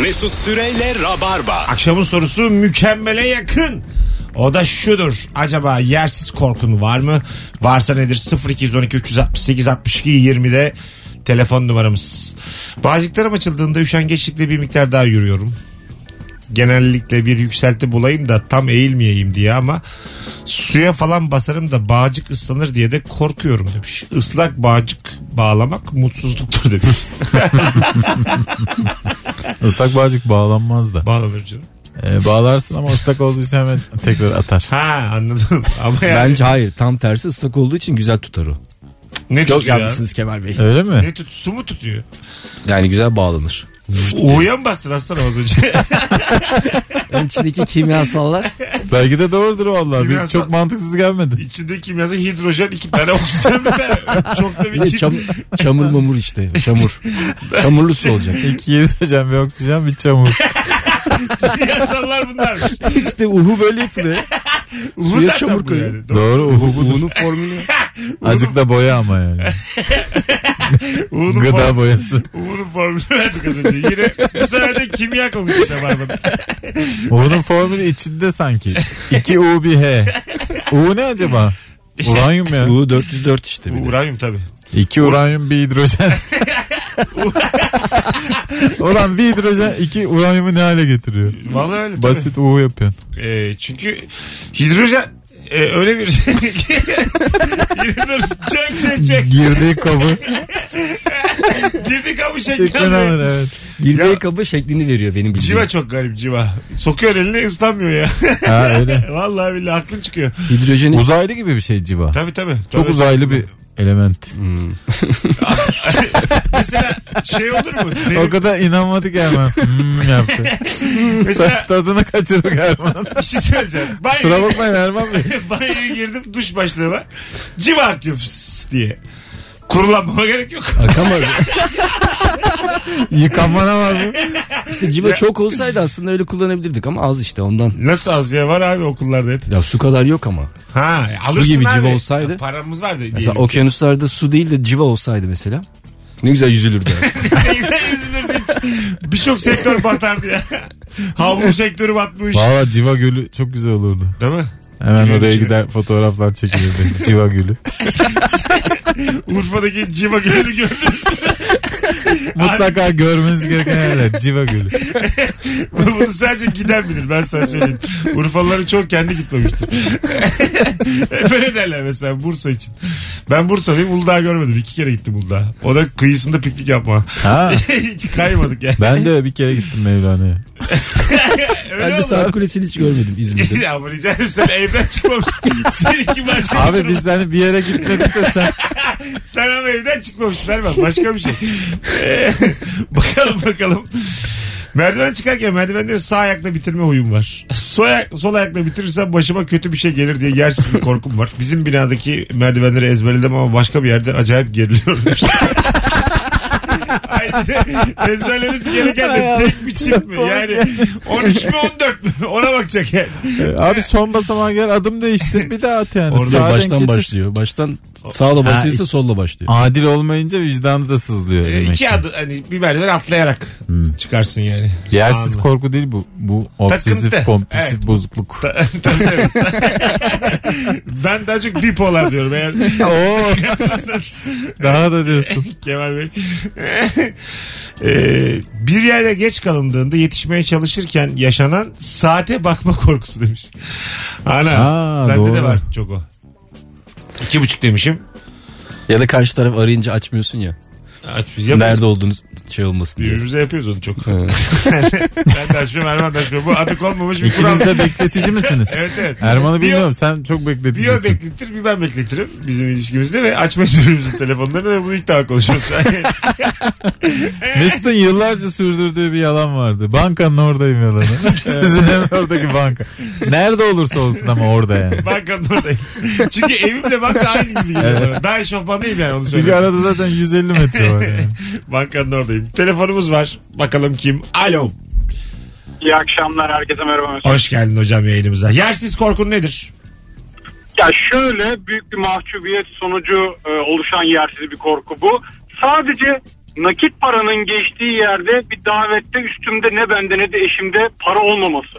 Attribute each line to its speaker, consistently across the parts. Speaker 1: Mesut Süreyle Rabarba.
Speaker 2: Akşamın sorusu mükemmele yakın. O da şudur. Acaba yersiz korkun var mı? Varsa nedir? 0212 368 62 20'de telefon numaramız. Bağcıklarım açıldığında üşengeçlikle bir miktar daha yürüyorum. Genellikle bir yükselti bulayım da tam eğilmeyeyim diye ama suya falan basarım da bağcık ıslanır diye de korkuyorum demiş. Islak bağcık bağlamak mutsuzluktur demiş.
Speaker 3: Islak bağcık bağlanmaz da.
Speaker 2: Bağlanır canım.
Speaker 3: Ee, bağlarsın ama ıslak olduysa hemen tekrar atar.
Speaker 2: Ha anladım. Ama yani
Speaker 4: Bence hayır tam tersi ıslak olduğu için güzel tutar o.
Speaker 2: ne tutuyor?
Speaker 4: Çok
Speaker 2: ya?
Speaker 4: yanlışsınız Kemal Bey.
Speaker 3: Öyle mi?
Speaker 2: Ne tut? Su mu tutuyor?
Speaker 4: Yani güzel bağlanır.
Speaker 2: U'ya mı bastın aslan az önce?
Speaker 4: Onun içindeki kimyasallar
Speaker 3: Belki de doğrudur vallahi. Bir,
Speaker 2: Kimyasal-
Speaker 3: çok mantıksız gelmedi.
Speaker 2: İçinde kimyasal hidrojen iki tane oksijen bir tane. Çok da
Speaker 4: bir de
Speaker 2: bir
Speaker 4: çam, çamur mamur işte. Çamur. Çamurlu su olacak.
Speaker 3: İki hidrojen ve oksijen bir çamur.
Speaker 2: kimyasallar bunlarmış.
Speaker 4: İşte uhu böyle yapılıyor.
Speaker 2: Uhu
Speaker 4: Suya
Speaker 2: zaten
Speaker 4: çamur
Speaker 2: bu
Speaker 4: koyuyor.
Speaker 2: yani. Doğru.
Speaker 3: Doğru uhu
Speaker 4: Uhu'nun formülü.
Speaker 3: Azıcık da boya ama yani.
Speaker 2: Uğur'un
Speaker 3: Gıda
Speaker 2: form-
Speaker 3: boyası.
Speaker 2: Uğur'un formülü verdik az önce. Yine bu sefer de kimya konuşuyor da var bana.
Speaker 3: U'nun formülü içinde sanki. 2 U bir H. U ne acaba? Uranyum ya.
Speaker 4: Uhu 404 işte bir de.
Speaker 2: Uranyum tabii.
Speaker 3: 2 uranyum bir hidrojen. Ulan bir hidrojen iki uranyumu ne hale getiriyor?
Speaker 2: Vallahi öyle tabii.
Speaker 3: Basit U yapıyorsun.
Speaker 2: Ee, çünkü hidrojen e, öyle bir şey. Yürüdür. Çek çek çek.
Speaker 3: Girdiği kabı
Speaker 2: Girdi kapı
Speaker 3: şeklini alır
Speaker 2: şeker.
Speaker 3: evet.
Speaker 4: Girdiği kabı şeklini veriyor benim bildiğim.
Speaker 2: Civa çok garip civa. Sokuyor eline ıslanmıyor ya.
Speaker 3: Ha öyle.
Speaker 2: Vallahi billahi aklın çıkıyor.
Speaker 4: Hidrojeni
Speaker 3: Uzaylı gibi bir şey civa.
Speaker 2: Tabii tabii.
Speaker 3: Çok
Speaker 2: Tabii.
Speaker 3: uzaylı bir element.
Speaker 2: Mesela şey olur mu?
Speaker 3: O
Speaker 2: Derin,
Speaker 3: kadar inanmadık Erman. Hmm, yaptı.
Speaker 2: mesela
Speaker 3: Tadını kaçırdık Erman.
Speaker 2: bir şey söyleyeceğim.
Speaker 3: Kusura
Speaker 2: Banyoya,
Speaker 3: bakmayın Erman Bey.
Speaker 2: banyoya girdim duş başlığı var. Civa akıyor fıs diye. Kurulanmama gerek yok.
Speaker 4: akamaz.
Speaker 3: Yıkanmana var mı?
Speaker 4: İşte civa çok olsaydı aslında öyle kullanabilirdik ama az işte ondan.
Speaker 2: Nasıl az ya var abi okullarda hep.
Speaker 4: Ya su kadar yok ama.
Speaker 2: Ha
Speaker 4: Su
Speaker 2: alırsın
Speaker 4: gibi
Speaker 2: abi.
Speaker 4: civa olsaydı.
Speaker 2: Ya paramız vardı
Speaker 4: Mesela
Speaker 2: diyelim.
Speaker 4: okyanuslarda su değil de civa olsaydı mesela. Ne güzel yüzülürdü.
Speaker 2: Neyse üzülürdü hiç. Birçok sektör batardı ya. Havlu sektörü batmış.
Speaker 3: Valla civa gölü çok güzel olurdu.
Speaker 2: Değil mi?
Speaker 3: Hemen
Speaker 2: Güzel bir
Speaker 3: oraya
Speaker 2: şey.
Speaker 3: gider fotoğraflar çekilirdi. civa gölü.
Speaker 2: Urfa'daki civa gölünü gördünüz.
Speaker 3: Mutlaka görmeniz gereken yerler. Civa gölü.
Speaker 2: Bunu sadece giden bilir ben sana söyleyeyim. Urfalıların çok kendi gitmemiştir. Hep öyle derler mesela Bursa için. Ben Bursa'dayım Uludağ'ı görmedim. İki kere gittim Uludağ'a. O da kıyısında piknik yapma.
Speaker 3: Ha.
Speaker 2: Hiç kaymadık yani.
Speaker 3: Ben de bir kere gittim Mevlana'ya.
Speaker 2: Öyle
Speaker 4: ben de
Speaker 2: oldu.
Speaker 4: saat kulesini hiç görmedim İzmir'de.
Speaker 2: Ya ama rica ederim sen evden çıkmamışsın. Seninki başka bir
Speaker 3: Abi
Speaker 2: durum.
Speaker 3: biz hani bir yere gitmedik de sen
Speaker 2: Sen ama evden çıkmamışsın ben Başka bir şey. Ee, bakalım bakalım. Merdiven çıkarken merdivenleri sağ ayakla bitirme huyum var. Sol, ayak- sol ayakla bitirirsem başıma kötü bir şey gelir diye yersiz bir korkum var. Bizim binadaki merdivenleri ezberledim ama başka bir yerde acayip geriliyorum. Ayrıca ezberlemesi gereken de tek bir çift mi? Yani 13 mü 14 mü? Ona bakacak yani.
Speaker 3: Ee, abi son basamağa gel adım değiştir bir daha at yani.
Speaker 4: Orada
Speaker 3: Sağa denk
Speaker 4: baştan
Speaker 3: getir.
Speaker 4: başlıyor. Baştan sağla başlıyorsa solla başlıyor.
Speaker 3: Adil olmayınca vicdanı da sızlıyor.
Speaker 2: Ee,
Speaker 3: demek
Speaker 2: İki
Speaker 3: ki. Hmm.
Speaker 2: adı hani bir merdiven atlayarak çıkarsın yani.
Speaker 3: Yersiz
Speaker 2: Sağınla.
Speaker 3: korku değil bu. Bu obsesif
Speaker 2: Takıntı.
Speaker 3: kompulsif
Speaker 2: Evet.
Speaker 3: bozukluk.
Speaker 2: Tabii, tabii. ben daha çok bipolar diyorum eğer
Speaker 3: Oo,
Speaker 2: yaparsanız
Speaker 3: daha da diyorsun.
Speaker 2: Kemal Bey. Ee, bir yere geç kalındığında yetişmeye çalışırken yaşanan saate bakma korkusu demiş. Ana.
Speaker 3: Aa,
Speaker 2: bende de
Speaker 3: doğru.
Speaker 2: var çok o. İki buçuk demişim.
Speaker 4: Ya da karşı taraf arayınca açmıyorsun ya.
Speaker 2: Aç, biz yapıyoruz.
Speaker 4: Nerede olduğunuz şey olmasın diye.
Speaker 2: Birbirimize yapıyoruz onu çok. ben de açmıyorum Erman da açmıyor. Bu adı konmamış bir kural.
Speaker 3: İkiniz de Er- bekletici misiniz?
Speaker 2: Evet evet.
Speaker 3: Erman'ı
Speaker 2: Bir-
Speaker 3: bilmiyorum sen çok
Speaker 2: Bir o
Speaker 3: bekleticisin.
Speaker 2: bekletir bir ben bekletirim bizim ilişkimizde ve açmayız birbirimizin telefonlarını ve bunu ilk defa konuşuyoruz.
Speaker 3: Mesut'un yıllarca sürdürdüğü bir yalan vardı. Bankanın oradayım yalanı. Sizin hemen oradaki banka. Nerede olursa olsun ama orada yani.
Speaker 2: Bankanın oradayım. Çünkü evimle banka aynı gibi geliyor bana. Daha eşofmanıyım yani onu
Speaker 3: Çünkü
Speaker 2: söyleyeyim.
Speaker 3: arada zaten 150 metre var yani.
Speaker 2: Bankanın oradayım. Telefonumuz var. Bakalım kim? Alo.
Speaker 5: İyi akşamlar herkese merhaba. Mesut.
Speaker 2: Hoş geldin hocam yayınımıza. Yersiz korkun nedir?
Speaker 5: Ya şöyle büyük bir mahcubiyet sonucu e, oluşan yersiz bir korku bu. Sadece nakit paranın geçtiği yerde bir davette üstümde ne bende ne de eşimde para olmaması.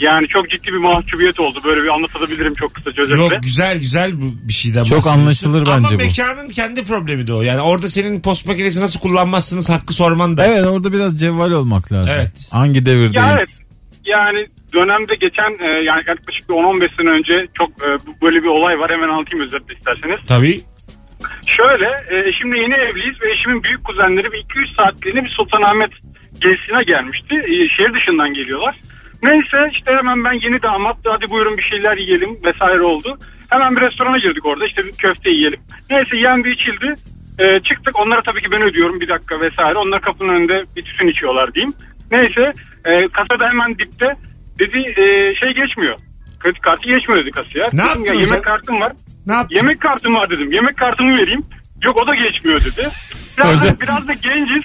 Speaker 5: Yani çok ciddi bir mahcubiyet oldu. Böyle bir anlatabilirim çok kısaca özetle.
Speaker 2: Yok güzel güzel bu bir şeyden
Speaker 3: Çok
Speaker 2: bahsediyorsun.
Speaker 3: anlaşılır bence
Speaker 2: Ama
Speaker 3: bu.
Speaker 2: mekanın kendi problemi de o. Yani orada senin post makinesi nasıl kullanmazsınız hakkı sorman da.
Speaker 3: Evet orada biraz cevval olmak lazım.
Speaker 2: Evet.
Speaker 3: Hangi
Speaker 5: Ya
Speaker 3: devirdeyiz?
Speaker 5: evet. Yani dönemde geçen e, yani yaklaşık bir 10-15 sene önce çok e, bu- böyle bir olay var. Hemen anlatayım özetle isterseniz.
Speaker 2: Tabii.
Speaker 5: Şöyle e, eşimle yeni evliyiz ve eşimin büyük kuzenleri bir 200 saatliğine bir Sultanahmet gezisine gelmişti. E, şehir dışından geliyorlar. Neyse işte hemen ben yeni damat hadi buyurun bir şeyler yiyelim vesaire oldu. Hemen bir restorana girdik orada işte bir köfte yiyelim. Neyse yendi içildi. E, çıktık onlara tabii ki ben ödüyorum bir dakika vesaire. Onlar kapının önünde bir tütün içiyorlar diyeyim. Neyse e, kasada hemen dipte dedi e, şey geçmiyor. Kredi kartı geçmiyor dedi kasiyer.
Speaker 2: Ne
Speaker 5: Dedim,
Speaker 2: yaptın
Speaker 5: ya,
Speaker 2: hocam?
Speaker 5: yemek kartım var.
Speaker 2: Ne yaptın?
Speaker 5: Yemek kartım var dedim. Yemek kartımı vereyim. Yok o da geçmiyor dedi. Biraz,
Speaker 3: Hocam.
Speaker 5: da, biraz da genciz.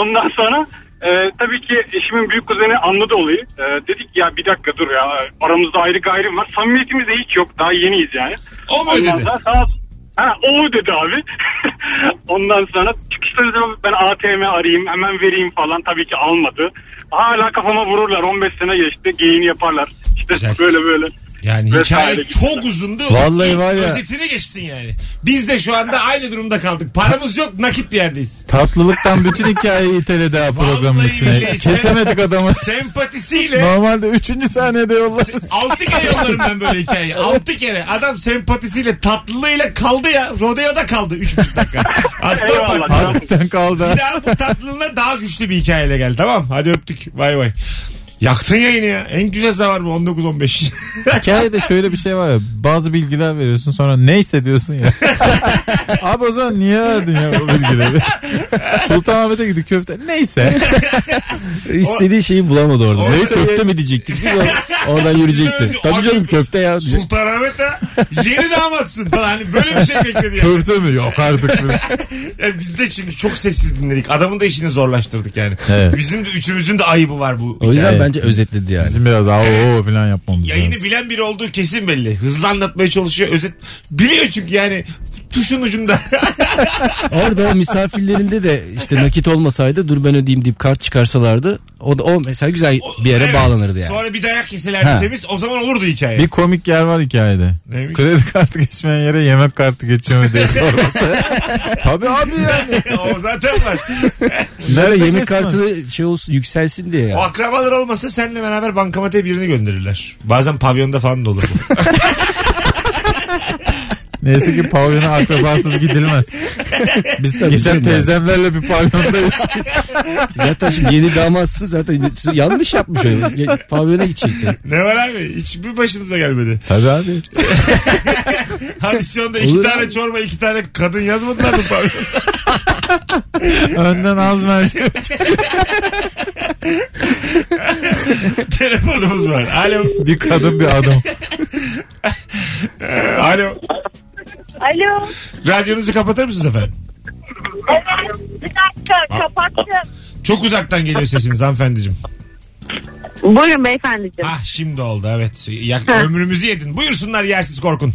Speaker 5: Ondan sonra e, tabii ki eşimin büyük kuzeni anladı olayı. E, dedik ya bir dakika dur ya aramızda ayrı gayrım var. Samimiyetimiz de hiç yok. Daha yeniyiz yani.
Speaker 2: O mu
Speaker 5: Ondan
Speaker 2: ödedi?
Speaker 5: sonra sağ olsun- Ha, o ödedi abi. Ondan sonra çıkışta dedim ben ATM arayayım hemen vereyim falan. Tabii ki almadı. Hala kafama vururlar. 15 sene geçti. Geyin yaparlar. İşte
Speaker 2: Güzel.
Speaker 5: böyle böyle.
Speaker 2: Yani
Speaker 5: Vesaire
Speaker 2: hikaye
Speaker 5: gibi.
Speaker 2: çok uzundu.
Speaker 3: Vallahi var ya.
Speaker 2: Özetini geçtin yani. Biz de şu anda aynı durumda kaldık. Paramız yok nakit bir yerdeyiz.
Speaker 3: Tatlılıktan bütün hikayeyi iteledi ha programın
Speaker 2: Vallahi şey.
Speaker 3: içine.
Speaker 2: billahi sen-
Speaker 3: Kesemedik adamı.
Speaker 2: Sempatisiyle
Speaker 3: Normalde 3. sahnede yollarız.
Speaker 2: 6 kere yollarım ben böyle hikayeyi. 6 kere. Adam sempatisiyle tatlılığıyla kaldı ya. Rodeo'da kaldı 3,5 dakika. Aslan
Speaker 5: Eyvallah.
Speaker 2: parçası.
Speaker 3: Hakikaten kaldı. ha.
Speaker 2: Bir daha bu tatlılığına daha güçlü bir hikayeyle gel. Tamam hadi öptük. Vay vay. Yaktın yayını ya. En güzel zaman bu 19-15.
Speaker 3: Hikayede şöyle bir şey var ya. Bazı bilgiler veriyorsun sonra neyse diyorsun ya. Abi o zaman niye verdin ya o bilgileri? Sultanahmet'e gidip köfte. Neyse.
Speaker 4: İstediği şeyi bulamadı orada.
Speaker 2: O-
Speaker 4: Ne köfte mi diyecektik? biz o- Oradan yürüyecekti. Tabii canım köfte ya.
Speaker 2: Sultanahmet ha. Yeni damatsın. Falan. Hani böyle bir şey bekledi yani.
Speaker 3: köfte mi? Yok artık.
Speaker 2: Ya biz de çünkü çok sessiz dinledik. Adamın da işini zorlaştırdık yani.
Speaker 4: Evet.
Speaker 2: Bizim de üçümüzün de ayıbı var bu
Speaker 4: O yüzden
Speaker 2: hikaye.
Speaker 4: bence özetledi yani.
Speaker 3: Bizim biraz aa oo falan yapmamız lazım.
Speaker 2: Yayını bilen biri olduğu kesin belli. Hızlı anlatmaya çalışıyor. Özet biliyor çünkü yani tuşun ucunda.
Speaker 4: Orada o misafirlerinde de işte nakit olmasaydı dur ben ödeyeyim deyip kart çıkarsalardı o da o mesela güzel bir yere
Speaker 2: Evet.
Speaker 4: bağlanırdı yani.
Speaker 2: Sonra bir dayak yeselerdi
Speaker 4: Ha.
Speaker 2: temiz o zaman olurdu hikaye.
Speaker 3: Bir komik yer var hikayede.
Speaker 2: Neymiş?
Speaker 3: Kredi kartı geçmeyen yere yemek kartı geçiyor mu diye sorması. Tabii abi yani.
Speaker 2: o zaten var.
Speaker 4: Bunlara
Speaker 3: Nerede
Speaker 4: yemek
Speaker 3: kesmez?
Speaker 4: kartı şey olsun yükselsin diye
Speaker 2: O
Speaker 4: ya.
Speaker 2: akrabalar olmasa seninle beraber bankamatiğe birini gönderirler. Bazen pavyonda falan da olur. bu.
Speaker 3: Neyse ki pavyona akrabasız gidilmez.
Speaker 4: Biz
Speaker 3: Geçen teyzemlerle bir pavyondayız.
Speaker 4: Zaten şimdi yeni damatsın zaten yanlış yapmış öyle. Pavyona gidecekti.
Speaker 2: ne var abi? Hiçbir başınıza gelmedi.
Speaker 3: Tabii abi.
Speaker 2: Adisyonda iki
Speaker 4: Olur
Speaker 2: tane
Speaker 4: abi.
Speaker 2: çorba iki tane kadın yazmadılar mı pavyonda?
Speaker 3: Önden az mercimek.
Speaker 2: Telefonumuz var. Alo.
Speaker 3: Bir kadın bir adam.
Speaker 2: Ee, Alo.
Speaker 6: Alo.
Speaker 2: Radyonuzu kapatır mısınız efendim?
Speaker 6: Evet. Bir dakika kapattım.
Speaker 2: Çok uzaktan geliyor sesiniz hanımefendiciğim.
Speaker 6: Buyurun beyefendiciğim.
Speaker 2: Ah şimdi oldu evet. Ya,
Speaker 6: Ha.
Speaker 2: ömrümüzü yedin. Buyursunlar yersiz korkun.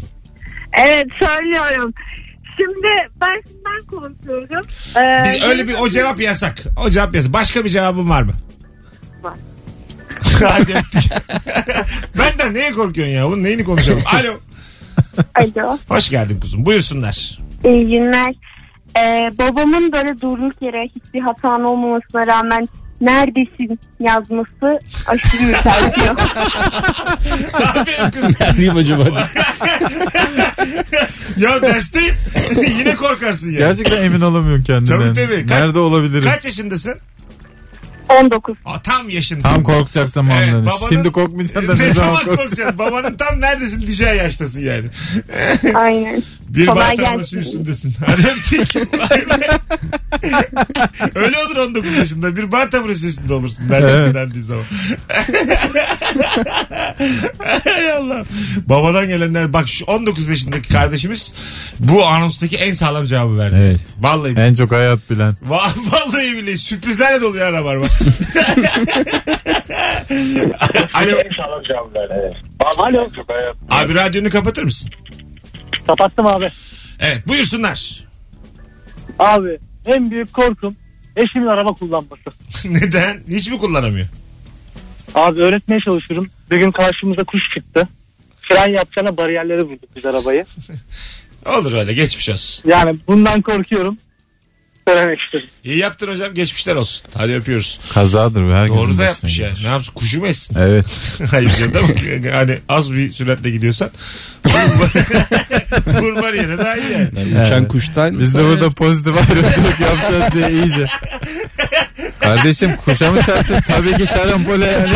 Speaker 6: Evet söylüyorum. Şimdi ben şimdiden konuşuyorum. Ee,
Speaker 2: Biz öyle bir o cevap yasak. O cevap yasak. Başka bir cevabın var mı?
Speaker 6: Var.
Speaker 2: Hadi öptük. Benden neye korkuyorsun ya? Bunun neyini konuşalım? Alo.
Speaker 6: Alo.
Speaker 2: Hoş geldin kuzum. Buyursunlar.
Speaker 6: İyi günler. Ee, babamın böyle durduk yere hiçbir hatan olmamasına rağmen neredesin yazması aşırı ürpertiyor.
Speaker 2: Aferin kızım.
Speaker 4: Neredeyim acaba?
Speaker 2: Ya dersteyim. Yine korkarsın ya.
Speaker 3: Gerçekten emin olamıyorum kendinden.
Speaker 2: Tabii tabii. Kaç-
Speaker 3: Nerede olabilirim?
Speaker 2: Kaç yaşındasın?
Speaker 6: 19.
Speaker 2: Aa, tam yaşındasın.
Speaker 3: Tam korkacak zamanları.
Speaker 2: Evet, babanın-
Speaker 3: Şimdi korkmayacaksın da
Speaker 2: ne zaman
Speaker 3: korkacaksın?
Speaker 2: korkacaksın? Babanın tam neredesin diyeceği yaştasın yani.
Speaker 6: Aynen.
Speaker 2: Bir
Speaker 6: Kolay
Speaker 2: Kolay
Speaker 6: gelsin.
Speaker 2: üstündesin. Hadi öptük. Vay be. Öyle olur 19 yaşında. Bir bar taburesi üstünde olursun. Neredesin
Speaker 3: Evet.
Speaker 2: dendiği zaman. Hay Allah. Babadan gelenler bak şu 19 yaşındaki kardeşimiz bu anonstaki en sağlam cevabı verdi.
Speaker 3: Evet.
Speaker 2: Vallahi
Speaker 3: En çok hayat bilen.
Speaker 2: Va- Vallahi billahi sürprizlerle dolu ya rabarba. Alo.
Speaker 5: Alo.
Speaker 2: Abi radyonu kapatır mısın?
Speaker 5: Kapattım abi.
Speaker 2: Evet buyursunlar.
Speaker 5: Abi en büyük korkum
Speaker 7: Eşimin araba kullanması.
Speaker 2: Neden? Hiç mi kullanamıyor?
Speaker 7: Abi öğretmeye çalışıyorum. Bir gün karşımıza kuş çıktı. Fren yapacağına bariyerlere vurduk biz arabayı.
Speaker 2: Olur öyle geçmiş olsun.
Speaker 7: Yani bundan korkuyorum. Söylemek istedim.
Speaker 2: İyi yaptın hocam geçmişler olsun. Hadi öpüyoruz.
Speaker 3: Kazadır be. Herkesin
Speaker 2: Doğru da
Speaker 3: başına
Speaker 2: yapmış ya.
Speaker 3: gelir.
Speaker 2: Ne yapsın kuşu mu etsin?
Speaker 3: Evet.
Speaker 2: Hayır canım da bak yani hani az bir süratle gidiyorsan vurman yerine daha iyi yani.
Speaker 4: Uçan kuştan.
Speaker 3: Biz de burada pozitif ayrımcılık yapacağız diye iyice. Kardeşim kuşa mı çarpsın? Tabii ki şarampole yani.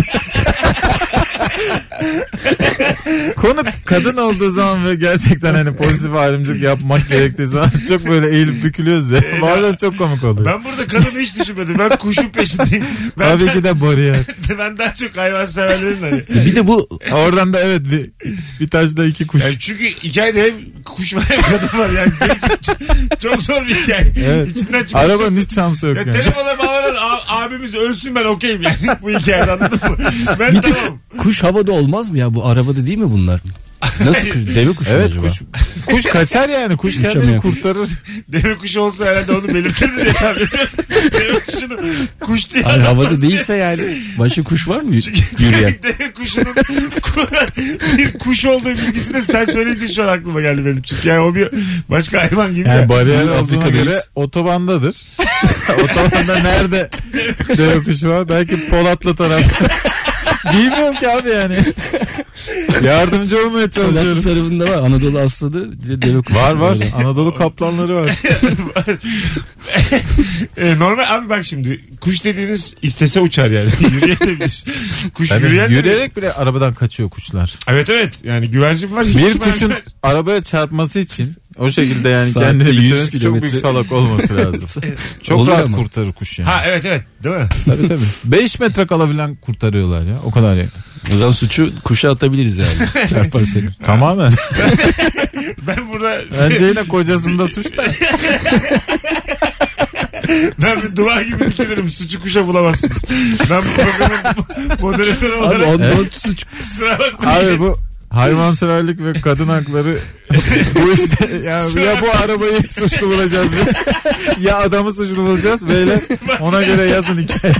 Speaker 3: Konu kadın olduğu zaman ve gerçekten hani pozitif ayrımcılık yapmak gerektiği zaman çok böyle eğilip bükülüyoruz ya. Bazen çok komik oluyor.
Speaker 2: Ben burada kadını hiç düşünmedim. Ben kuşun peşindeyim. Ben,
Speaker 3: Tabii ki de bariyer.
Speaker 2: ben daha çok hayvan severlerim hani.
Speaker 4: Bir de bu
Speaker 3: Oradan da evet bir, bir taşla iki kuş.
Speaker 2: Yani çünkü hikayede hem kuş var hem kadın var. Yani benim için çok, çok zor bir hikaye.
Speaker 3: Evet.
Speaker 2: İçinden çıkıp
Speaker 3: Arabanın hiç şansı yok
Speaker 2: Ya
Speaker 3: yani.
Speaker 2: telefona bağlanan a- abimiz ölsün ben okeyim yani bu hikayede anladın mı? Ben tamam.
Speaker 4: kuş havada olmaz mı ya? Bu arabada değil mi bunlar? Nasıl kuş? Deve kuşu mu
Speaker 3: Evet
Speaker 4: acaba?
Speaker 3: kuş, kuş kaçar yani. Kuş
Speaker 4: Uçamayan
Speaker 3: kendini
Speaker 4: kuş.
Speaker 3: kurtarır.
Speaker 2: Deve kuşu olsa herhalde onu belirtirdi diye tahmin ediyorum. Deve kuşunu kuş diye
Speaker 4: Hayır, havada değilse yani. Başka kuş var mı yürüyen?
Speaker 2: Deve kuşunun ku- bir kuş olduğu bilgisini sen söyleyince şu an aklıma geldi benim. Çünkü yani o bir başka hayvan gibi.
Speaker 3: Yani bariyer
Speaker 4: Bunu
Speaker 3: olduğuna
Speaker 4: Afrika'dayız.
Speaker 3: göre otobandadır. Otobanda nerede deve kuşu var? Belki Polatlı taraf. Bilmiyorum ki abi yani. Yardımcı olmaya
Speaker 4: Polatlı
Speaker 3: çalışıyorum.
Speaker 4: tarafında var. Anadolu Aslanı bir de deve kuşu.
Speaker 3: Var var.
Speaker 4: Orada.
Speaker 3: Anadolu kaplanları var.
Speaker 2: E, normal abi bak şimdi kuş dediğiniz istese uçar yani. Yürüyebilir. Kuş
Speaker 3: Yani
Speaker 2: yürüyen de-
Speaker 3: yürüyerek bile arabadan kaçıyor kuşlar.
Speaker 2: Evet evet yani güvercin var. hiç
Speaker 3: Bir
Speaker 2: uçmayan
Speaker 3: kuşun
Speaker 2: güvercin.
Speaker 3: arabaya çarpması için o şekilde yani
Speaker 4: Saatte
Speaker 3: kendini
Speaker 4: 100
Speaker 3: bitirmesi çok
Speaker 4: kilometre.
Speaker 3: büyük salak olması lazım. Çok
Speaker 4: Olur
Speaker 3: rahat
Speaker 4: ama.
Speaker 3: kurtarır kuş yani.
Speaker 2: Ha evet evet değil mi?
Speaker 3: Tabii tabii. 5 metre kalabilen kurtarıyorlar ya. O kadar ya.
Speaker 4: Buradan suçu kuşa atabiliriz yani. Çarparsak.
Speaker 3: Tamamen.
Speaker 2: Ben burada
Speaker 3: Bence yine kocasında suç da.
Speaker 2: ben bir duvar gibi dikilirim. Suçu kuşa bulamazsınız. Ben bu programın moderatörü
Speaker 4: Abi
Speaker 2: olarak
Speaker 4: ondan şey- suç.
Speaker 2: kusura bakmayın.
Speaker 3: Abi bu hayvanseverlik ve kadın hakları bu işte ya, ya bu arabayı suçlu bulacağız biz ya adamı suçlu bulacağız beyler ona göre yazın hikaye.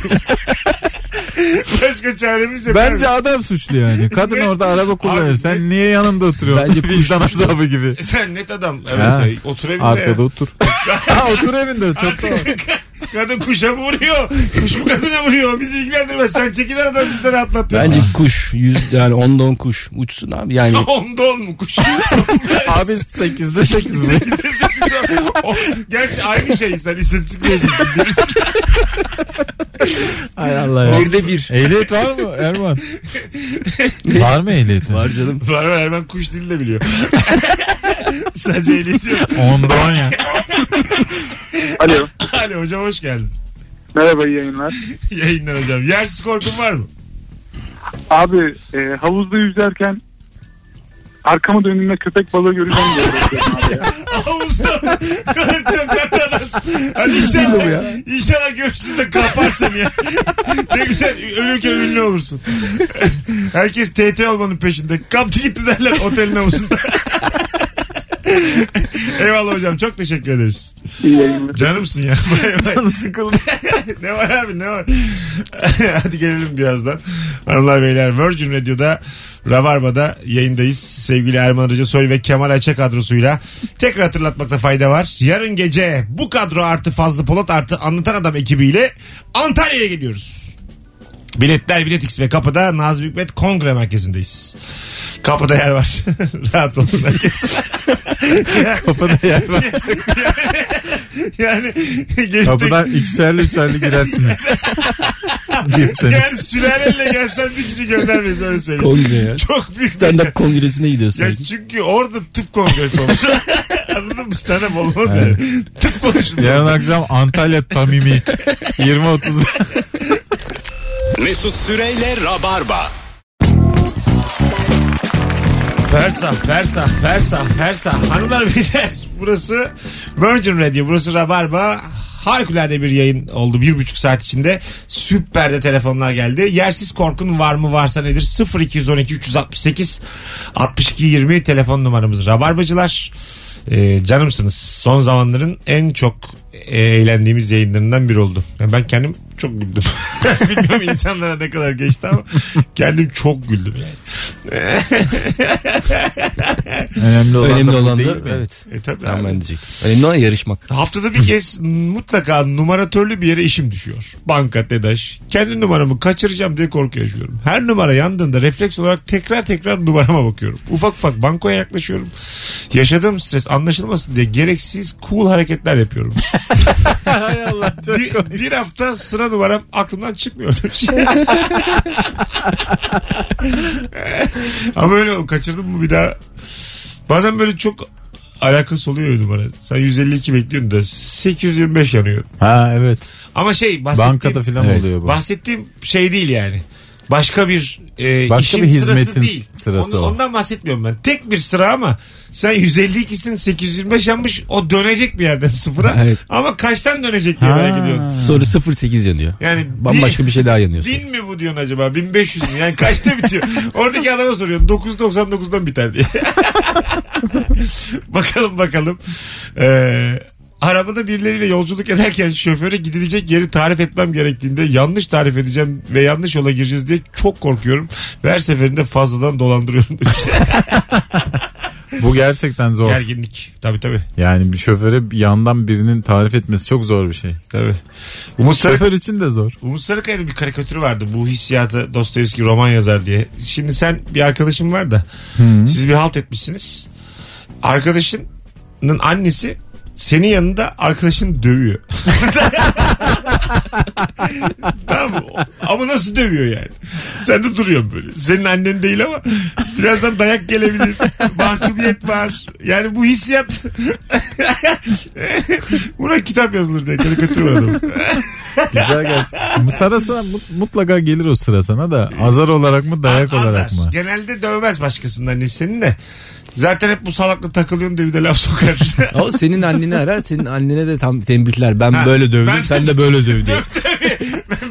Speaker 2: Başka çaremiz yok.
Speaker 3: Bence
Speaker 2: abi.
Speaker 3: adam suçlu yani. Kadın orada araba kullanıyor.
Speaker 2: Abi-
Speaker 3: Sen niye yanında oturuyorsun?
Speaker 4: Bence
Speaker 3: Vicdan azabı gibi.
Speaker 2: sen net adam. Evet.
Speaker 3: Ha.
Speaker 2: Ya. Otur evinde.
Speaker 3: Arkada
Speaker 2: ya.
Speaker 3: otur. ha otur evinde çok da
Speaker 2: Kadın kuşa mı vuruyor? Kuş mu kadına vuruyor? Bizi ilgilendirmez. Sen çekil aradan bizden atlat. ya.
Speaker 4: Bence kuş. Yüz, yani ondan kuş. Uçsun abi. Yani
Speaker 2: Onda on mu kuş?
Speaker 3: Abi 8'de 8'de.
Speaker 2: O- Gerçi aynı şey sen istatistikle ilgilisin. Birisi-
Speaker 3: Hay Allah ya.
Speaker 4: birde bir.
Speaker 3: Ehliyet var mı Erman? var mı ehliyet?
Speaker 4: Var canım.
Speaker 2: Var var Erman kuş dili de biliyor. Sadece ehliyet yok.
Speaker 3: Ondan ya.
Speaker 7: Alo.
Speaker 2: Alo hocam hoş geldin.
Speaker 7: Merhaba iyi yayınlar.
Speaker 2: Yayından hocam. Yersiz korkun var mı?
Speaker 7: Abi e, havuzda yüzerken arkamı döndüğümde köpek balığı göreceğim diye bekliyorum abi. ya.
Speaker 2: Havuzda. Çok tatlı adamsın. Hadi inşallah, inşallah görsün de kapar seni ya. ne güzel ölürken ünlü olursun. Herkes TT olmanın peşinde. Kaptı gitti derler otelin havuzunda. Eyvallah hocam çok teşekkür ederiz.
Speaker 7: İyi yayınlar.
Speaker 2: Canımsın ya. Bay bay.
Speaker 3: Sıkıldım.
Speaker 2: ne var abi ne var? Hadi gelelim birazdan. Hanımlar beyler Virgin Radio'da Rabarba'da yayındayız. Sevgili Erman Arıca Soy ve Kemal Ayça kadrosuyla. Tekrar hatırlatmakta fayda var. Yarın gece bu kadro artı Fazlı Polat artı Anlatan Adam ekibiyle Antalya'ya geliyoruz. Biletler Biletix ve kapıda Nazım Hikmet Kongre Merkezi'ndeyiz. Kapıda yer var. Rahat olsun herkes.
Speaker 3: Kapıda yer var.
Speaker 2: yani geçtik.
Speaker 3: Kapıdan ikişerli üçerli girersiniz. Girseniz.
Speaker 2: Yani sülalenle gelsen bir kişi göndermeyiz öyle söyleyeyim.
Speaker 4: Kongre ya.
Speaker 2: Çok büyük
Speaker 4: Stand up kongresine
Speaker 2: Ya
Speaker 4: gidiyorsun.
Speaker 2: çünkü orada tıp kongresi olur. Anladın mı? Stand up olmaz yani. Tıp konuşulur.
Speaker 3: Yarın akşam Antalya Tamimi 20.30'da.
Speaker 1: Mesut Süreyle Rabarba.
Speaker 2: Fersa, fersa, fersa, fersa. Hanımlar beyler burası Virgin Radio, burası Rabarba. Harikulade bir yayın oldu. Bir buçuk saat içinde süper de telefonlar geldi. Yersiz korkun var mı varsa nedir? 0212 368 62 20 telefon numaramız. Rabarbacılar e, canımsınız. Son zamanların en çok e, eğlendiğimiz yayınlarından biri oldu. Yani ben kendim çok güldüm. Bilmiyorum insanlara ne kadar geçti ama kendim çok güldüm yani.
Speaker 3: Önemli olan
Speaker 4: Önemli
Speaker 3: da bu
Speaker 4: olan
Speaker 3: değil
Speaker 4: da
Speaker 3: mi?
Speaker 4: evet.
Speaker 2: E, tabii abi.
Speaker 4: Tamam ben diyecektim. Önemli olan yarışmak.
Speaker 2: Haftada bir kez mutlaka numaratörlü bir yere işim düşüyor. Banka, TEDAŞ. Kendi numaramı kaçıracağım diye korku yaşıyorum. Her numara yandığında refleks olarak tekrar tekrar numarama bakıyorum. Ufak ufak bankoya yaklaşıyorum. Yaşadığım stres anlaşılmasın diye gereksiz cool hareketler yapıyorum.
Speaker 3: Hay Allah çok
Speaker 2: bir, bir hafta sıra numaram aklımdan çıkmıyor demiş. Ama öyle o, kaçırdım mı bir daha. Bazen böyle çok alakası oluyor ya numara. Sen 152 bekliyordun da 825 yanıyor.
Speaker 3: Ha evet.
Speaker 2: Ama şey bahsettiğim,
Speaker 3: Bankada filan
Speaker 4: Evet.
Speaker 3: oluyor bu.
Speaker 2: bahsettiğim şey değil yani. Başka bir e,
Speaker 3: Başka
Speaker 2: işin
Speaker 3: bir
Speaker 2: sırası
Speaker 3: hizmetin
Speaker 2: değil.
Speaker 3: sırası
Speaker 2: Onu-
Speaker 3: o.
Speaker 2: Ondan bahsetmiyorum ben. Tek bir sıra ama sen 152'sin 825 yanmış o dönecek bir yerden sıfıra.
Speaker 4: Evet.
Speaker 2: Ama kaçtan dönecek diye merak
Speaker 3: Ha.
Speaker 2: ediyorum.
Speaker 4: Sonra 0-8 yanıyor.
Speaker 2: Yani
Speaker 4: Bambaşka bir şey daha yanıyorsun.
Speaker 2: Bin mi bu diyorsun acaba? 1500 mü? Yani kaçta bitiyor? Oradaki adama soruyorsun. 999'dan biter diye. bakalım bakalım. Ee, arabada birileriyle yolculuk ederken şoföre gidilecek yeri tarif etmem gerektiğinde yanlış tarif edeceğim ve yanlış yola gireceğiz diye çok korkuyorum. Ve her seferinde fazladan dolandırıyorum. demiş.
Speaker 3: Bu gerçekten zor.
Speaker 2: Gerginlik. Tabii tabii.
Speaker 3: Yani bir şoföre bir yandan birinin tarif etmesi çok zor bir şey.
Speaker 2: tabii. Umut Sarı-
Speaker 3: Şoför için de zor.
Speaker 2: Umut Sarıkaya'da bir karikatürü vardı. Bu hissiyatı Dostoyevski roman yazar diye. Şimdi sen bir arkadaşın var da siz bir halt etmişsiniz. Arkadaşının annesi senin yanında arkadaşını dövüyor. tamam mı? Ama nasıl dövüyor yani? Sen de duruyorsun böyle. Senin annen değil ama birazdan dayak gelebilir. Mahcubiyet var. Yani bu hissiyat. Buna kitap yazılır diye karikatür var adamın.
Speaker 3: Güzel gerçekten. Sırasına mut- mutlaka gelir o sıra sana da. Azar olarak mı dayak
Speaker 2: Ah, Azar.
Speaker 3: olarak mı?
Speaker 2: Genelde dövmez başkasının annesi senin de. Zaten hep bu salakla takılıyorsun diye bir de laf sokar.
Speaker 4: O senin anneni arar. Senin annene de tam tembihler. Ben
Speaker 2: Ha,
Speaker 4: böyle dövdüm
Speaker 2: ben-
Speaker 4: sen de böyle döv diye.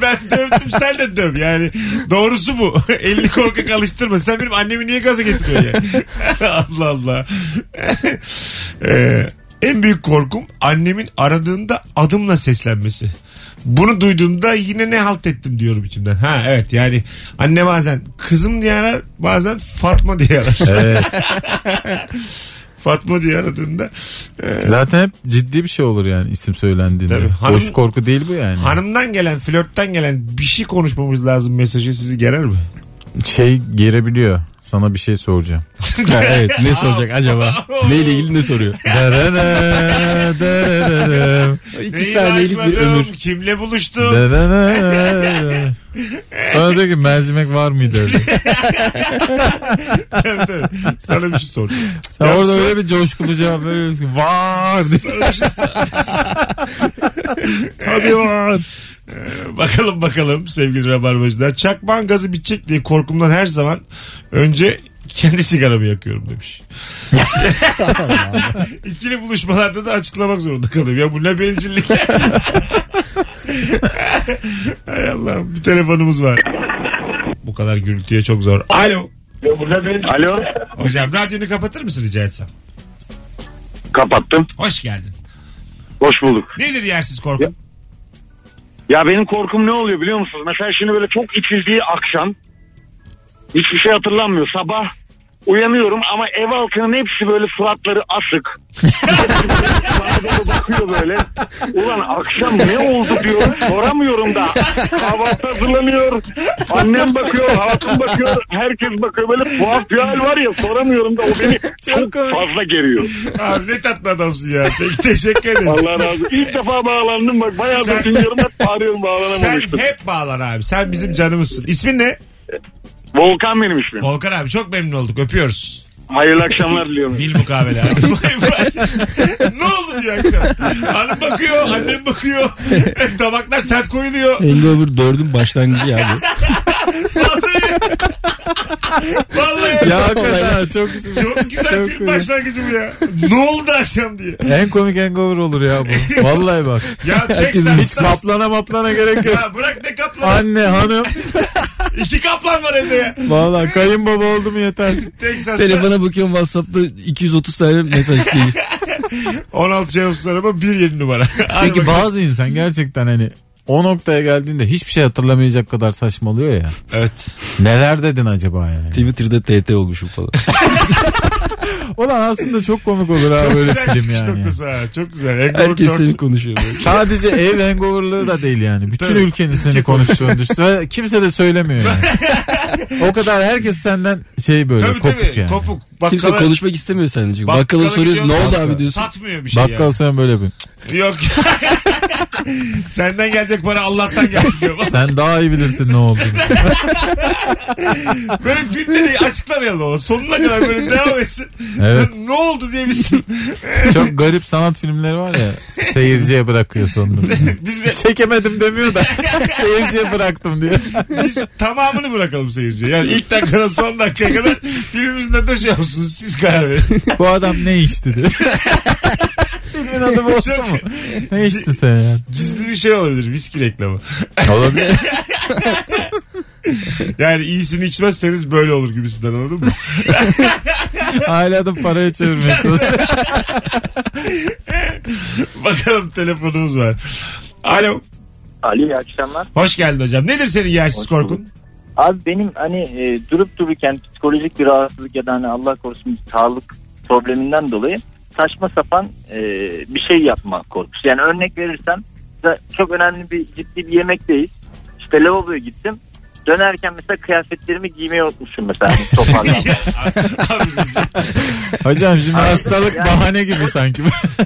Speaker 2: ben dövdüm sen de döv yani. Doğrusu bu. Elini korkak alıştırma. Sen benim annemi niye gaza getiriyorsun yani? Allah Allah. Ee, en büyük korkum annemin aradığında adımla seslenmesi. Bunu duyduğumda yine ne halt ettim diyorum içimden. Ha evet yani anne bazen kızım diye arar bazen Fatma diye arar.
Speaker 3: Evet.
Speaker 2: Fatma diye aradığında e,
Speaker 3: Zaten hep ciddi bir şey olur yani isim söylendiğinde.
Speaker 2: Tabii. Hanım-
Speaker 3: Boş korku değil bu yani.
Speaker 2: hanımdan gelen flörtten gelen bir şey konuşmamız lazım mesajı sizi gerer mi?
Speaker 3: Şey gerebiliyor. Sana bir şey soracağım.
Speaker 4: Ha, evet ne soracak acaba? Neyle ilgili ne soruyor?
Speaker 3: Darara, dararara,
Speaker 4: İki
Speaker 2: Neyi
Speaker 4: saniyelik bir
Speaker 2: like'ladım?
Speaker 4: ömür.
Speaker 2: Kimle buluştum?
Speaker 3: dararara. Sonra diyor ki mercimek var mıydı?
Speaker 2: Tabii, tabii. Sana bir şey sor.
Speaker 3: Sen
Speaker 2: Ya
Speaker 3: orada
Speaker 2: sor-
Speaker 3: öyle bir coşkulu cevap veriyorsun ki var diye.
Speaker 2: Sana bir şey sor.
Speaker 3: Tabii var.
Speaker 2: Ee, bakalım bakalım sevgili rabarbacılar. Çakmağın gazı bitecek diye korkumdan her zaman önce kendi sigaramı yakıyorum demiş. İkili buluşmalarda da açıklamak zorunda kalıyorum. Ya bu ne bencillik. Hay Allah'ım bir telefonumuz var. Bu kadar gürültüye çok zor. Alo.
Speaker 5: Alo
Speaker 2: Hocam radyonu kapatır mısın rica etsem?
Speaker 5: kapattım.
Speaker 2: Hoş geldin.
Speaker 5: Hoş bulduk.
Speaker 2: Nedir yersiz korkun?
Speaker 5: Ya benim korkum ne oluyor biliyor musunuz? Mesela şimdi böyle çok içildiği akşam hiçbir şey hatırlanmıyor. Sabah uyanıyorum ama ev halkının hepsi böyle suratları asık. Bana böyle bakıyor böyle. Ulan akşam ne oldu diyor. Soramıyorum da. Kahvaltı hazırlanıyor. Annem bakıyor, hatun bakıyor. Herkes bakıyor. Böyle tuhaf bir hal var ya soramıyorum da o beni çok fazla geriyor.
Speaker 2: Abi ne tatlı adamsın ya. Te- teşekkür ederiz.
Speaker 5: Allah razı olsun. İlk defa bağlandım bak. Bayağı
Speaker 2: Sen-
Speaker 5: da dinliyorum hep bağırıyorum
Speaker 2: Sen
Speaker 5: bağlanamamıştım.
Speaker 2: hep bağlan abi. Sen bizim canımızsın. İsmin ne?
Speaker 5: Volkan benim ismim.
Speaker 2: Volkan abi çok memnun olduk. Öpüyoruz.
Speaker 5: Hayırlı akşamlar diliyorum.
Speaker 2: Bil mukavele abi. Bay bay. ne oldu diyor akşam? Hanım bakıyor, annem bakıyor. Tabaklar sert koyuluyor.
Speaker 4: Hangover 4'ün başlangıcı ya bu.
Speaker 2: Vallahi
Speaker 3: ya hakikaten çok
Speaker 2: çok güzel
Speaker 3: Çok
Speaker 2: film
Speaker 3: iyi.
Speaker 2: başlangıcı bu ya. Ne oldu akşam diye.
Speaker 3: en komik hangover olur ya bu. Vallahi bak.
Speaker 2: Ya tek
Speaker 3: Herkes hiç
Speaker 2: sen
Speaker 3: kaplana maplana gerek yok.
Speaker 2: Ya bırak ne kaplan.
Speaker 3: Anne hanım.
Speaker 2: İki kaplan var evde ya.
Speaker 3: Vallahi kayınbaba oldu mu yeter.
Speaker 2: Texas'ta
Speaker 4: Telefona bakıyorum WhatsApp'ta 230 tane mesaj değil.
Speaker 2: 16 Cevapsız araba bir yeni numara. Hadi
Speaker 3: Çünkü
Speaker 2: bakayım.
Speaker 3: bazı insan gerçekten hani o noktaya geldiğinde hiçbir şey hatırlamayacak kadar saçmalıyor ya.
Speaker 2: Evet.
Speaker 3: Neler dedin acaba yani?
Speaker 4: Twitter'da TT olmuşum falan.
Speaker 3: Ulan aslında çok komik olur ha böyle
Speaker 2: Güzel
Speaker 3: film
Speaker 2: çıkış
Speaker 3: yani.
Speaker 2: noktası ha. Çok güzel. Hangover
Speaker 4: Herkes
Speaker 2: dört.
Speaker 4: seni konuşuyor. böyle.
Speaker 3: Sadece ev hangoverlığı da değil yani. Bütün
Speaker 2: Tabii.
Speaker 3: ülkenin seni konuştuğunu düşünse kimse de söylemiyor yani. o kadar herkes senden şey böyle
Speaker 2: Tabii
Speaker 3: kopuk
Speaker 2: tabii.
Speaker 3: yani.
Speaker 2: Kopuk.
Speaker 4: Kimse
Speaker 2: Bakkala-
Speaker 4: konuşmak istemiyor senden çünkü.
Speaker 2: bakkala
Speaker 4: Bakkala soruyoruz ne
Speaker 2: gidiyorsun,
Speaker 4: oldu
Speaker 2: bakkala.
Speaker 4: abi diyorsun.
Speaker 2: Satmıyor bir şey
Speaker 3: Bakkal sen böyle bir.
Speaker 2: yani. Yok. Senden gelecek para Allah'tan gelsin diyor.
Speaker 3: Sen daha iyi bilirsin ne olduğunu.
Speaker 2: Böyle filmde de açıklamayalım ama. Sonuna kadar böyle devam etsin.
Speaker 3: Evet.
Speaker 2: Ne oldu diye bilsin.
Speaker 3: Çok garip sanat filmleri var ya. Seyirciye bırakıyor sonunda.
Speaker 2: Biz, bir-
Speaker 3: Çekemedim demiyor da seyirciye bıraktım diyor.
Speaker 2: biz tamamını bırakalım seyirciye. Yani ilk dakikadan son dakikaya kadar filmimizin adı şey olsun. Siz karar verin.
Speaker 3: Bu adam ne içti diyor. Filmin adı bu olsa mı? Ne içti sen ya?
Speaker 2: Gizli bir şey olabilir. Viski reklamı.
Speaker 3: Olabilir.
Speaker 2: Yani iyisini içmezseniz böyle olur gibisinden anladın mı?
Speaker 3: Hala da paraya çevirmeye çalışıyor.
Speaker 2: Bakalım telefonumuz var. Alo.
Speaker 8: Ali iyi akşamlar.
Speaker 2: Hoş geldin hocam. Nedir senin yersiz
Speaker 8: Hoş
Speaker 2: korkun?
Speaker 8: Abi benim hani e, durup dururken psikolojik bir rahatsızlık ya da hani Allah korusun bir sağlık probleminden dolayı saçma sapan e, bir şey yapma korkusu. Yani örnek verirsem da çok önemli bir ciddi bir yemekteyiz. İşte lavaboya gittim. Dönerken mesela kıyafetlerimi giymeyi unutmuşum mesela. Hani toparlanmak.
Speaker 2: Abicim,
Speaker 3: Hocam şimdi
Speaker 8: Aynen.
Speaker 3: hastalık
Speaker 8: Yani-
Speaker 3: bahane gibi sanki.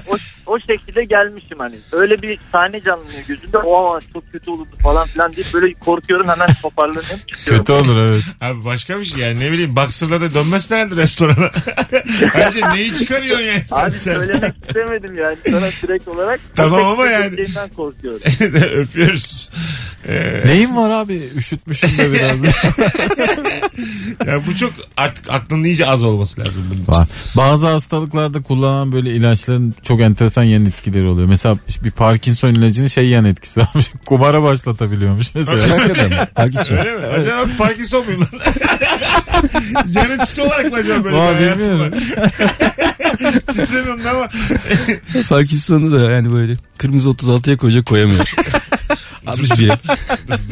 Speaker 8: o, o şekilde gelmişim hani. Öyle bir sahne canlanıyor gözümde. Oha çok kötü olurdu falan filan diye böyle korkuyorum hemen toparlanıyorum. çıkıyorum.
Speaker 3: Kötü olur evet.
Speaker 2: Abi başka bir şey yani ne bileyim baksırla da dönmezsin herhalde restorana. Ayrıca neyi çıkarıyorsun yani sen?
Speaker 8: Abi
Speaker 2: içeride?
Speaker 8: söylemek istemedim yani sana direkt olarak.
Speaker 2: Tamam ama
Speaker 8: Köpek
Speaker 2: yani.
Speaker 8: köpeğinden korkuyorum.
Speaker 2: Öpüyoruz. Ee,
Speaker 3: Neyim var abi? Üşütmüşüm de biraz.
Speaker 2: ya bu çok artık aklının iyice az olması lazım bunun için.
Speaker 3: Var. Bazı hastalıklarda kullanılan böyle ilaçların çok enteresan yan etkileri oluyor. Mesela bir Parkinson ilacının şey yan etkisi varmış. Kumara başlatabiliyormuş mesela.
Speaker 4: Hakikaten. Herkes
Speaker 2: Öyle mi? Acaba Parkinson muyum lan? Yan etkisi olarak mı acaba böyle
Speaker 3: Vallahi
Speaker 2: bir hayatım var?
Speaker 3: bilmiyorum.
Speaker 2: Titremiyorum da ama
Speaker 4: Parkinson'u da yani böyle kırmızı 36'ya koyacak koyamıyor. 61'e.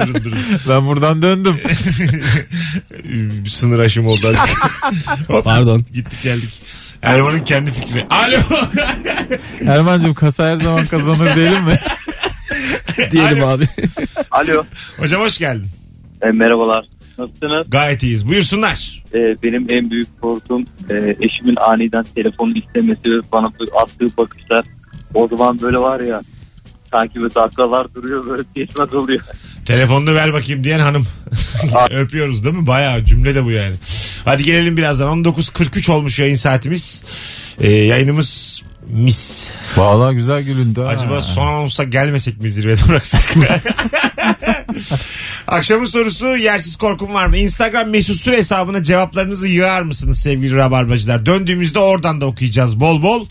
Speaker 2: durun durun.
Speaker 3: ben buradan döndüm.
Speaker 2: Ee, Sınır aşımı oldu. azıcık. Hop,
Speaker 4: Pardon.
Speaker 2: Gittik geldik. Erman'ın kendi fikri. Alo.
Speaker 3: Erman'cığım kasa her zaman kazanır diyelim mi?
Speaker 4: Diyelim abi.
Speaker 8: Alo.
Speaker 2: Hocam hoş geldin.
Speaker 8: E, merhabalar. Nasılsınız?
Speaker 2: Gayet iyiyiz. Buyursunlar.
Speaker 8: E, benim en büyük korkum e, eşimin aniden telefonu istemesi ve bana böyle attığı bakışlar. O zaman böyle var ya sanki böyle dakikalar duruyor böyle geçmez oluyor.
Speaker 2: Telefonunu ver bakayım diyen hanım. Öpüyoruz değil mi? Bayağı cümle de bu yani. Hadi gelelim birazdan. 19.43 olmuş yayın saatimiz. Ee, yayınımız mis.
Speaker 3: Vallahi güzel gülündü. ha.
Speaker 2: Acaba son anonsa gelmesek mi zirvede bıraksak? Akşamın sorusu yersiz korkum var mı? Instagram mesut süre hesabına cevaplarınızı yığar mısınız sevgili rabarbacılar? Döndüğümüzde oradan da okuyacağız bol bol.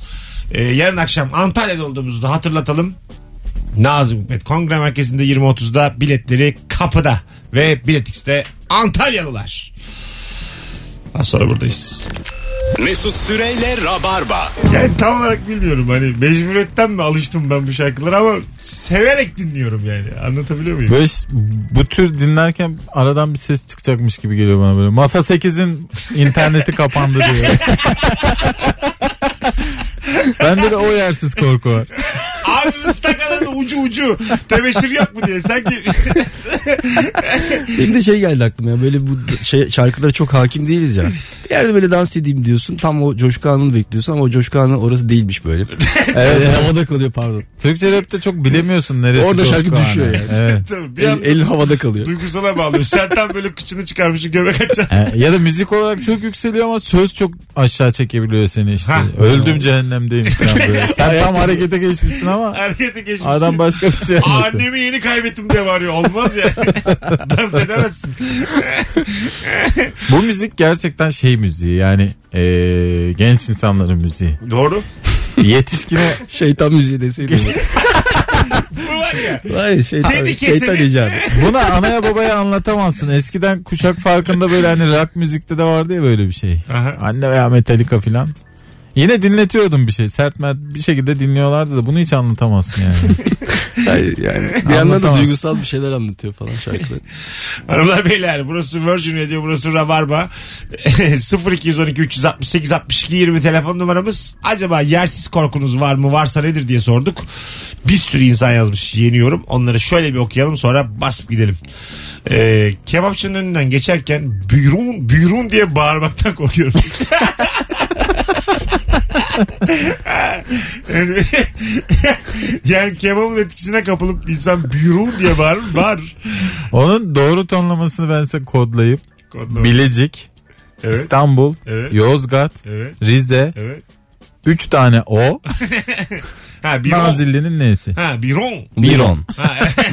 Speaker 2: Ee, yarın akşam Antalya'da olduğumuzu da hatırlatalım. Nazım Hikmet Kongre Merkezi'nde 20.30'da biletleri kapıda ve biletikste Antalyalılar. Az sonra buradayız.
Speaker 1: Mesut Süreyle Rabarba.
Speaker 2: Yani tam olarak bilmiyorum hani mecburiyetten mi alıştım ben bu şarkılara ama severek dinliyorum yani anlatabiliyor muyum?
Speaker 3: Böyle ş- bu tür dinlerken aradan bir ses çıkacakmış gibi geliyor bana böyle. Masa 8'in interneti kapandı diyor. Bende de o yersiz korku var.
Speaker 2: Abi ıslak alanın ucu ucu tebeşir yok mu diye sanki
Speaker 4: Benim de şey geldi aklıma ya böyle bu şey, şarkılara çok hakim değiliz ya. Bir yerde böyle dans edeyim diyorsun tam o coşku anını bekliyorsun ama o coşku anı orası değilmiş böyle. evet havada kalıyor pardon.
Speaker 3: Türkçe rapte çok bilemiyorsun neresi
Speaker 4: Orada şarkı
Speaker 3: coşku
Speaker 4: düşüyor
Speaker 3: anı.
Speaker 4: yani.
Speaker 3: Evet.
Speaker 2: Tabii bir
Speaker 4: El,
Speaker 2: an
Speaker 4: el havada kalıyor.
Speaker 2: duygusala bağlıyor. Sertan böyle kıçını çıkarmış göbek açan.
Speaker 3: E, ya da müzik olarak çok yükseliyor ama söz çok aşağı çekebiliyor seni işte.
Speaker 2: Ha.
Speaker 3: Öldüm cehennemdeyim falan böyle. Sen tam harekete geçmişsin ama
Speaker 2: Harekete geçmiş.
Speaker 3: adam ben başka bir şey anlattım.
Speaker 2: Annemi yeni kaybettim diye bağırıyor. Olmaz ya. Dans edemezsin.
Speaker 3: Bu müzik gerçekten şey müziği yani eee, genç insanların müziği.
Speaker 2: Doğru.
Speaker 3: Yetişkine
Speaker 4: Şeytan müziği deseydim.
Speaker 2: Bu var ya.
Speaker 4: Hayır şeytan,
Speaker 2: Kedi
Speaker 4: şeytan
Speaker 2: kesimi.
Speaker 4: icabı.
Speaker 3: Buna anaya babaya anlatamazsın. Eskiden kuşak farkında böyle hani rock müzikte de vardı ya böyle bir şey.
Speaker 2: Aha.
Speaker 3: Anne veya Metallica filan. Yine dinletiyordum bir şey. Sert mert bir şekilde dinliyorlardı da bunu hiç anlatamazsın yani.
Speaker 4: Hayır yani. Bir yandan da
Speaker 3: Anlatamaz.
Speaker 4: duygusal bir şeyler anlatıyor falan şarkıları.
Speaker 2: Hanımlar beyler burası Virgin Radio burası Rabarba. 0212 368 62 20 telefon numaramız. Acaba yersiz korkunuz var mı? Varsa nedir diye sorduk. Bir sürü insan yazmış. Yeniyorum. Onları şöyle bir okuyalım sonra basıp gidelim. Ee, kebapçının önünden geçerken büyürün büyürün diye bağırmaktan korkuyorum. yani, yani kebabın etkisine kapılıp insan büyürün diye bağırır. Var.
Speaker 3: Onun doğru tonlamasını ben size kodlayıp
Speaker 2: Kodlama.
Speaker 3: Bilecik,
Speaker 2: Evet.
Speaker 3: İstanbul,
Speaker 2: Evet.
Speaker 3: Yozgat,
Speaker 2: Evet.
Speaker 3: Rize,
Speaker 2: Evet.
Speaker 3: 3 tane O,
Speaker 2: Ha biron.
Speaker 3: Nazilli'nin neyesi?
Speaker 2: Ha biron.
Speaker 4: Biron.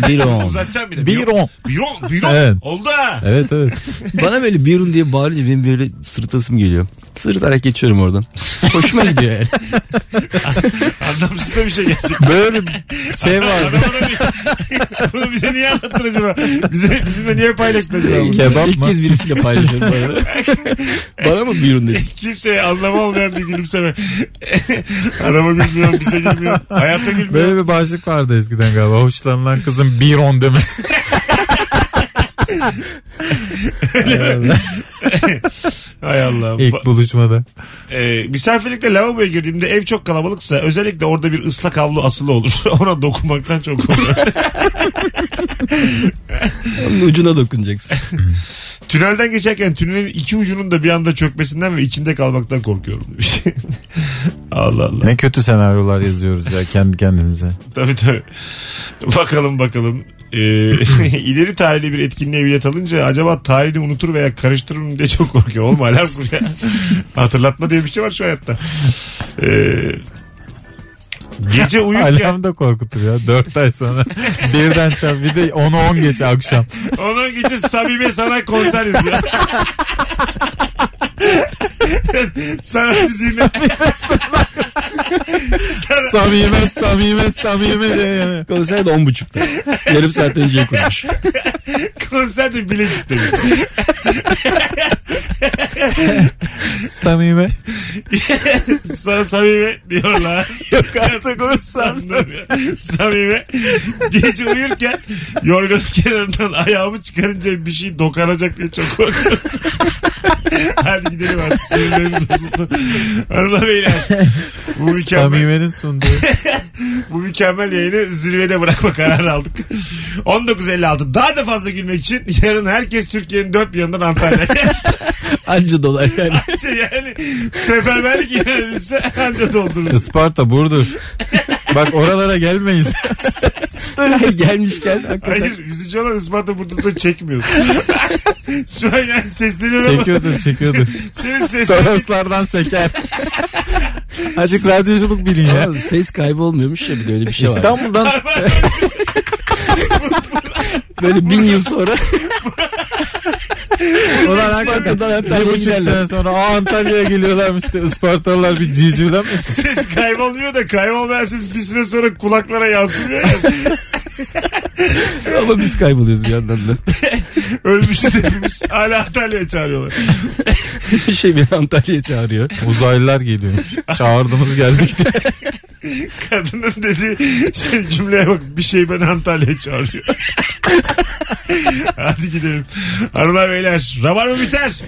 Speaker 4: Biron.
Speaker 2: Uzatacağım bir de.
Speaker 3: Biron.
Speaker 2: Biron. Biron.
Speaker 3: Evet.
Speaker 2: Oldu ha.
Speaker 3: Evet evet.
Speaker 4: Bana böyle Biron diye bağırınca benim böyle sırıtasım geliyor. Sırıtarak geçiyorum oradan. Hoşuma gidiyor yani.
Speaker 2: Anlamsız da bir şey gerçek.
Speaker 3: Böyle bir şey vardı.
Speaker 2: Adam ona bir- Bunu bize niye anlattın acaba? Bize, bizimle niye paylaştın acaba? bunu?
Speaker 3: Kebap
Speaker 4: İlk
Speaker 3: mı?
Speaker 4: kez birisiyle paylaşıyorum. Bana, bana mı Biron dedi?
Speaker 2: Kimseye anlamı olmayan bir gülümseme. Adama gülmüyorum, bize gülmüyor. Hayata gülmüyor.
Speaker 3: Böyle bir başlık vardı eskiden galiba. Hoşlanılan kızın Biron demesi.
Speaker 2: Hay Allah.
Speaker 3: İlk buluşmada.
Speaker 2: Ee, misafirlikte lavaboya girdiğimde ev çok kalabalıksa özellikle orada bir ıslak havlu asılı olur. Ona dokunmaktan çok korkuyorum.
Speaker 4: Onun ucuna dokunacaksın.
Speaker 2: Tünelden geçerken tünelin iki ucunun da bir anda çökmesinden ve içinde kalmaktan korkuyorum demiş. Allah Allah.
Speaker 3: Ne kötü senaryolar yazıyoruz ya kendi kendimize.
Speaker 2: Tabii tabii. Bakalım bakalım. Ee, ileri tarihli bir etkinliğe bilet alınca acaba tarihini unutur veya karıştırır mı diye çok korkuyorum. Oğlum alarm kur ya. Hatırlatma diye bir şey var şu hayatta. Ee, gece uyurken
Speaker 3: Alarm da korkutur ya. Dört ay sonra birden çal. Bir de 10'a 10 geç akşam.
Speaker 2: Onun gece Samime sana konser izliyor. sana müziğine
Speaker 3: Samime samime samime diye yani.
Speaker 4: Konser de on buçukta. Yarım saat önce kurmuş.
Speaker 2: konser de bilecik dedi.
Speaker 3: Samime.
Speaker 2: Sana samime diyorlar. Yok artık onu sandım. samime. Gece uyurken yorganın kenarından ayağımı çıkarınca bir şey dokanacak diye çok korkuyorum. Hadi gidelim artık. Sinirlerim bozuldu. Hanımlar beyler. Bu mükemmel,
Speaker 3: Samime'nin sunduğu.
Speaker 2: bu mükemmel yayını zirvede bırakma kararı aldık. 19.56. Daha da fazla gülmek için yarın herkes Türkiye'nin dört bir yanından Antalya'ya gelsin.
Speaker 4: Anca dolar yani.
Speaker 2: yani seferberlik ilerlenirse anca doldururuz.
Speaker 3: Isparta Burdur. Bak oralara gelmeyiz.
Speaker 4: Öyle gelmişken hakikaten.
Speaker 2: Hayır üzücü olan Isparta burada da çekmiyor. Şu an yani sesleniyorum ama
Speaker 3: çekiyordur çekiyordur.
Speaker 2: senin seslerin
Speaker 3: Toroslardan seker. Azıcık radyoculuk bilin ya.
Speaker 4: Ama ses kaybı olmuyormuş ya bir de öyle bir şey var.
Speaker 3: İstanbul'dan
Speaker 4: Böyle bin yıl sonra
Speaker 3: Ulan
Speaker 4: Isparta'dan
Speaker 3: hakikaten
Speaker 4: Antalya'ya
Speaker 3: bir buçuk
Speaker 4: giderler.
Speaker 3: sene sonra "Aa, Antalya'ya geliyorlarmış işte Ispartalılar bir civcivlenmesin.
Speaker 2: ses kaybolmuyor da kaybolmayan ses bir süre sonra kulaklara yansımıyor. ya.
Speaker 4: ama biz kayboluyoruz bir yandan da.
Speaker 2: Ölmüşüz hepimiz. Hala Antalya'ya çağırıyorlar.
Speaker 4: şey beni Antalya'ya çağırıyor.
Speaker 3: Uzaylılar geliyormuş. Çağırdığımız geldik diye.
Speaker 2: Kadının dediği şey, cümleye bak bir şey beni Antalya'ya çağırıyor. Hadi gidelim. Hanımlar beyler. Rabarba biter.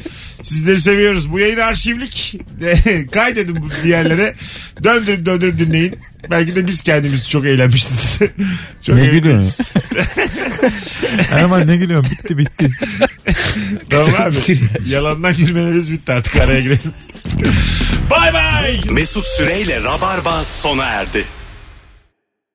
Speaker 2: Sizleri seviyoruz. Bu yayın arşivlik. Kaydedin bu diğerlere. Döndürün döndürün dinleyin. Belki de biz kendimiz çok eğlenmişizdir. çok
Speaker 3: Ne
Speaker 2: eğleniriz.
Speaker 3: gülüyorsun? Erman ne gülüyorsun? Bitti bitti.
Speaker 2: Tamam abi. Yalandan gülmelerimiz bitti artık araya girelim. bay bay.
Speaker 1: Mesut Süreyle Rabarba sona erdi.